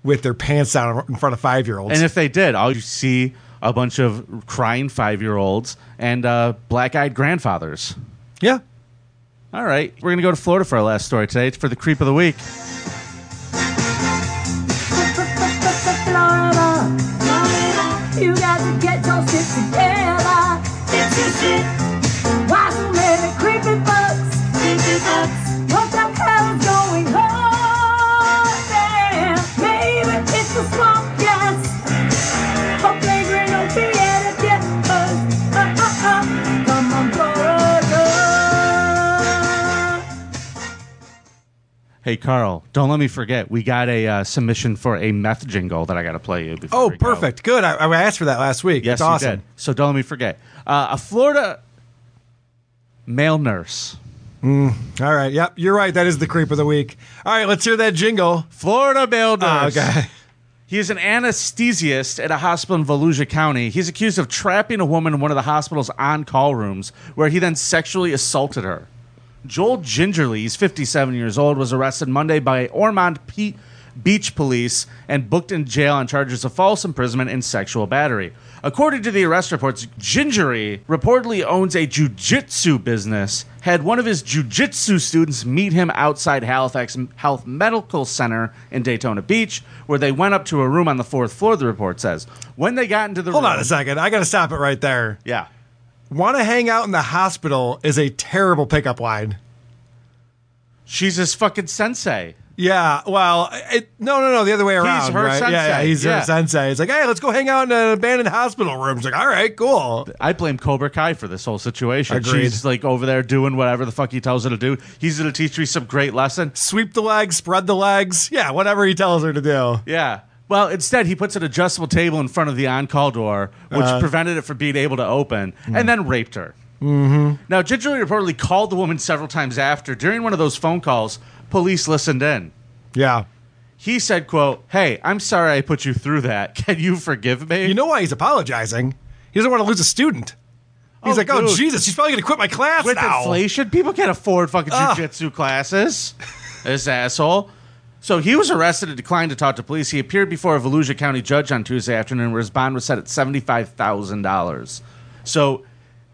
with their pants down in front of five year olds.
And if they did, all you see a bunch of crying five year olds and uh, black eyed grandfathers.
Yeah.
All right. We're going to go to Florida for our last story today for the creep of the week.
Florida, Florida, you got to get your shit together. Get your shit. Why so many creepy bugs? Creepy bugs. What the hell is going on there? Oh, Maybe it's the swamp gas. Or flagrant opiate us. Uh, uh, uh. Come on, Florida.
Hey, Carl, don't let me forget. We got a uh, submission for a meth jingle that I got to play you before.
oh,
we go.
perfect. Good. I, I asked for that last week.
Yes,
it's awesome.
you did. So don't let me forget. Uh, a Florida male nurse.
Mm, all right. Yep. You're right. That is the creep of the week. All right. Let's hear that jingle. Oh,
Florida male nurse.
Ah, okay.
He is an anesthesiast at a hospital in Volusia County. He's accused of trapping a woman in one of the hospital's on call rooms, where he then sexually assaulted her. Joel Gingerly, he's 57 years old, was arrested Monday by Ormond Pete Beach Police and booked in jail on charges of false imprisonment and sexual battery. According to the arrest reports, Gingery reportedly owns a jujitsu business, had one of his jujitsu students meet him outside Halifax Health Medical Center in Daytona Beach, where they went up to a room on the fourth floor, the report says. When they got into the
Hold
room.
on a second. I got to stop it right there.
Yeah.
Want to hang out in the hospital is a terrible pickup line.
She's his fucking sensei.
Yeah. Well, it, no, no, no. The other way around.
her
right? Yeah, Yeah.
sensei,
He's
yeah.
her sensei. It's like, hey, let's go hang out in an abandoned hospital room. It's like, all right, cool.
I blame Cobra Kai for this whole situation.
Agreed.
She's like over there doing whatever the fuck he tells her to do. He's going to teach me some great lesson.
Sweep the legs, spread the legs. Yeah, whatever he tells her to do.
Yeah. Well, instead, he puts an adjustable table in front of the on call door, which
Uh.
prevented it from being able to open, and then raped her.
Mm. Mm-hmm.
Now, Gingerly reportedly called the woman several times after. During one of those phone calls, police listened in.
Yeah.
He said, quote, Hey, I'm sorry I put you through that. Can you forgive me?
You know why he's apologizing? He doesn't want to lose a student. He's like, oh,
dude.
Jesus, she's probably going to quit my class
With
now.
inflation, people can't afford fucking jujitsu classes. this asshole. So he was arrested and declined to talk to police. He appeared before a Volusia County judge on Tuesday afternoon where his bond was set at $75,000. So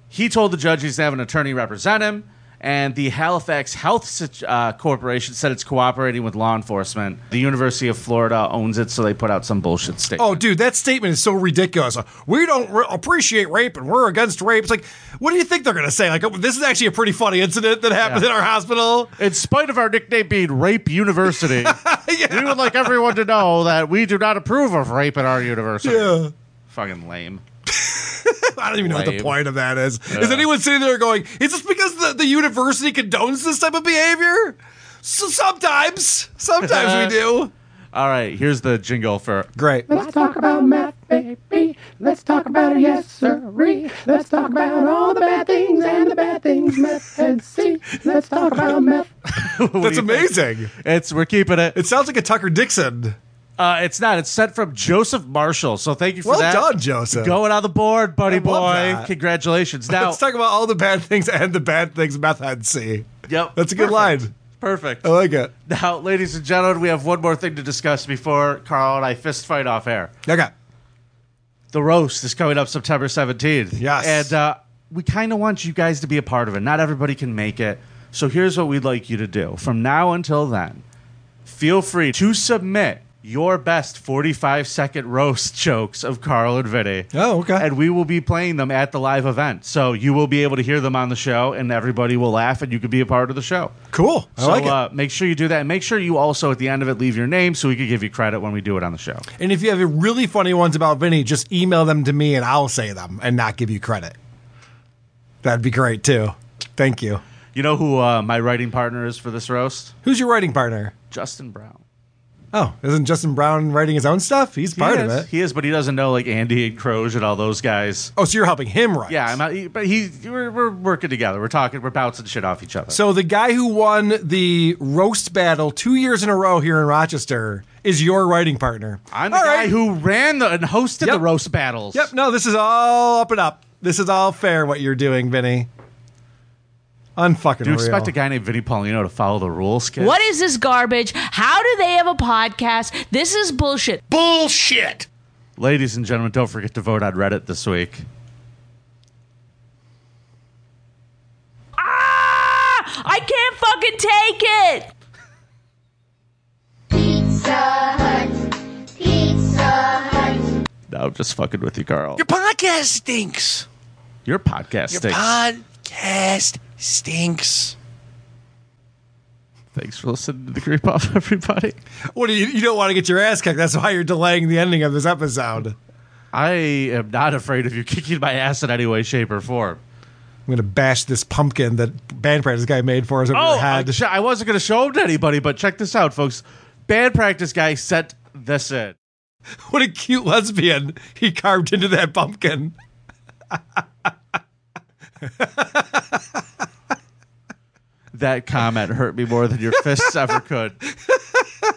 he told the judge he's to have an attorney represent him, and the Halifax Health Sit- uh, Corporation said it's cooperating with law enforcement. The University of Florida owns it, so they put out some bullshit statement.
Oh, dude, that statement is so ridiculous. Uh, We don't re- appreciate rape and we're against rape. It's like, what do you think they're going to say? Like, oh, this is actually a pretty funny incident that happened
Yeah.
in our hospital.
In spite of our nickname being Rape University, we would like everyone to know that we do not approve of rape at our university.
Yeah.
Fucking lame.
I don't even know what the
Lame.
point of that is. Is
Yeah.
anyone sitting there going, is this because the, the university condones this type of behavior? So sometimes, sometimes we do.
All right, here's the jingle for
Great.
Let's talk about math, baby. Let's talk about it, yes, sir. Let's talk about all the bad things and the bad things meth heads see. Let's talk about meth.
That's amazing.
It's we're keeping it.
It sounds like a Tucker Dixon.
Uh, it's not. It's sent from Joseph Marshall. So thank you for
Well
that.
done, Joseph.
Going on the board, buddy
I love
boy.
that.
Congratulations. Now,
Let's talk about all the bad things and the bad things meth heads see.
Yep.
That's a good line.
perfect.
I like it.
Now, ladies and gentlemen, we have one more thing to discuss before Carl and I fist fight off air.
Okay.
The roast is coming up September 17th.
Yes.
And uh, we kind of want you guys to be a part of it. Not everybody can make it. So here's what we'd like you to do. From now until then, feel free to submit your best 45 second roast jokes of Carl and Vinny.
Oh, okay.
And we will be playing them at the live event. So you will be able to hear them on the show, and everybody will laugh, and you can be a part of the show.
Cool. I
so
like it.
Uh, make sure you do that. And make sure you also, at the end of it, leave your name so we can give you credit when we do it on the show.
And if you have really funny ones about Vinny, just email them to me and I'll say them and not give you credit. That'd be great too. Thank you.
You know who uh, my writing partner is for this roast?
Who's your writing partner?
Justin Brown.
Oh, isn't Justin Brown writing his own stuff? He's part
he
of
is,
it.
He is, but he doesn't know like Andy and Croge and all those guys.
Oh, so you're helping him write.
Yeah, I'm not, he- but he we're, we're working together. We're talking. We're bouncing shit off each other.
So the guy who won the roast battle two years in a row here in Rochester is your writing partner.
I'm the guy who ran the and hosted the roast battles.
Yep, no, this is all up and up. This is all fair what you're doing, Vinny. Unfucking
Do you expect
real.
a guy named Vinny Paulino to follow the rules? Kid?
What is this garbage? How do they have a podcast? This is bullshit. Bullshit.
Ladies and gentlemen, don't forget to vote on Reddit this week.
Ah, I can't fucking take it.
Pizza Hut. Pizza Hut.
No, I'm just fucking with you, Carl.
Your podcast stinks.
Your podcast
Your
stinks.
podcast stinks.
Thanks for listening to the Creep Off, everybody.
What do you, you don't want to get your ass kicked. That's why you're delaying the ending of this episode.
I am not afraid of you kicking my ass in any way, shape, or form.
I'm gonna bash this pumpkin that band practice guy made for us over
Oh,
your head.
I, sh- I wasn't going to show him to anybody, but check this out, folks. Band practice guy sent this in.
What a cute lesbian he carved into that pumpkin.
That comment hurt me more than your fists ever could.
All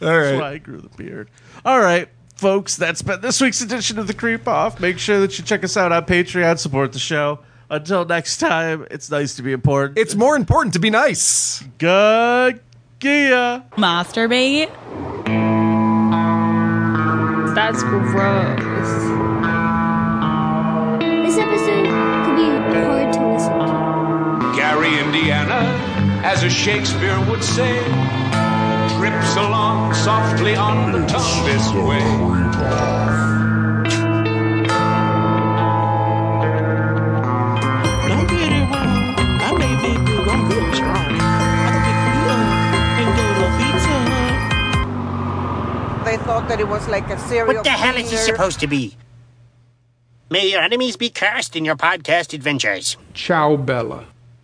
That's
right.
why I grew the beard. All right, folks, that's been this week's edition of The Creep Off. Make sure that you check us out on Patreon, support the show. Until next time, it's nice to be important.
It's more important to be nice.
Good Gia.
Masturbate. That's gross.
This episode could be hard to listen to.
Gary, Indiana, as a Shakespeare would say, trips along softly on the tongue this way.
Don't get it wrong. I may be good, I'm good and strong. I pick me up and go to Pizza Hut.
They thought that it was like a serial
What the hell is he supposed to be? May your enemies be cursed in your podcast adventures.
Ciao, Bella.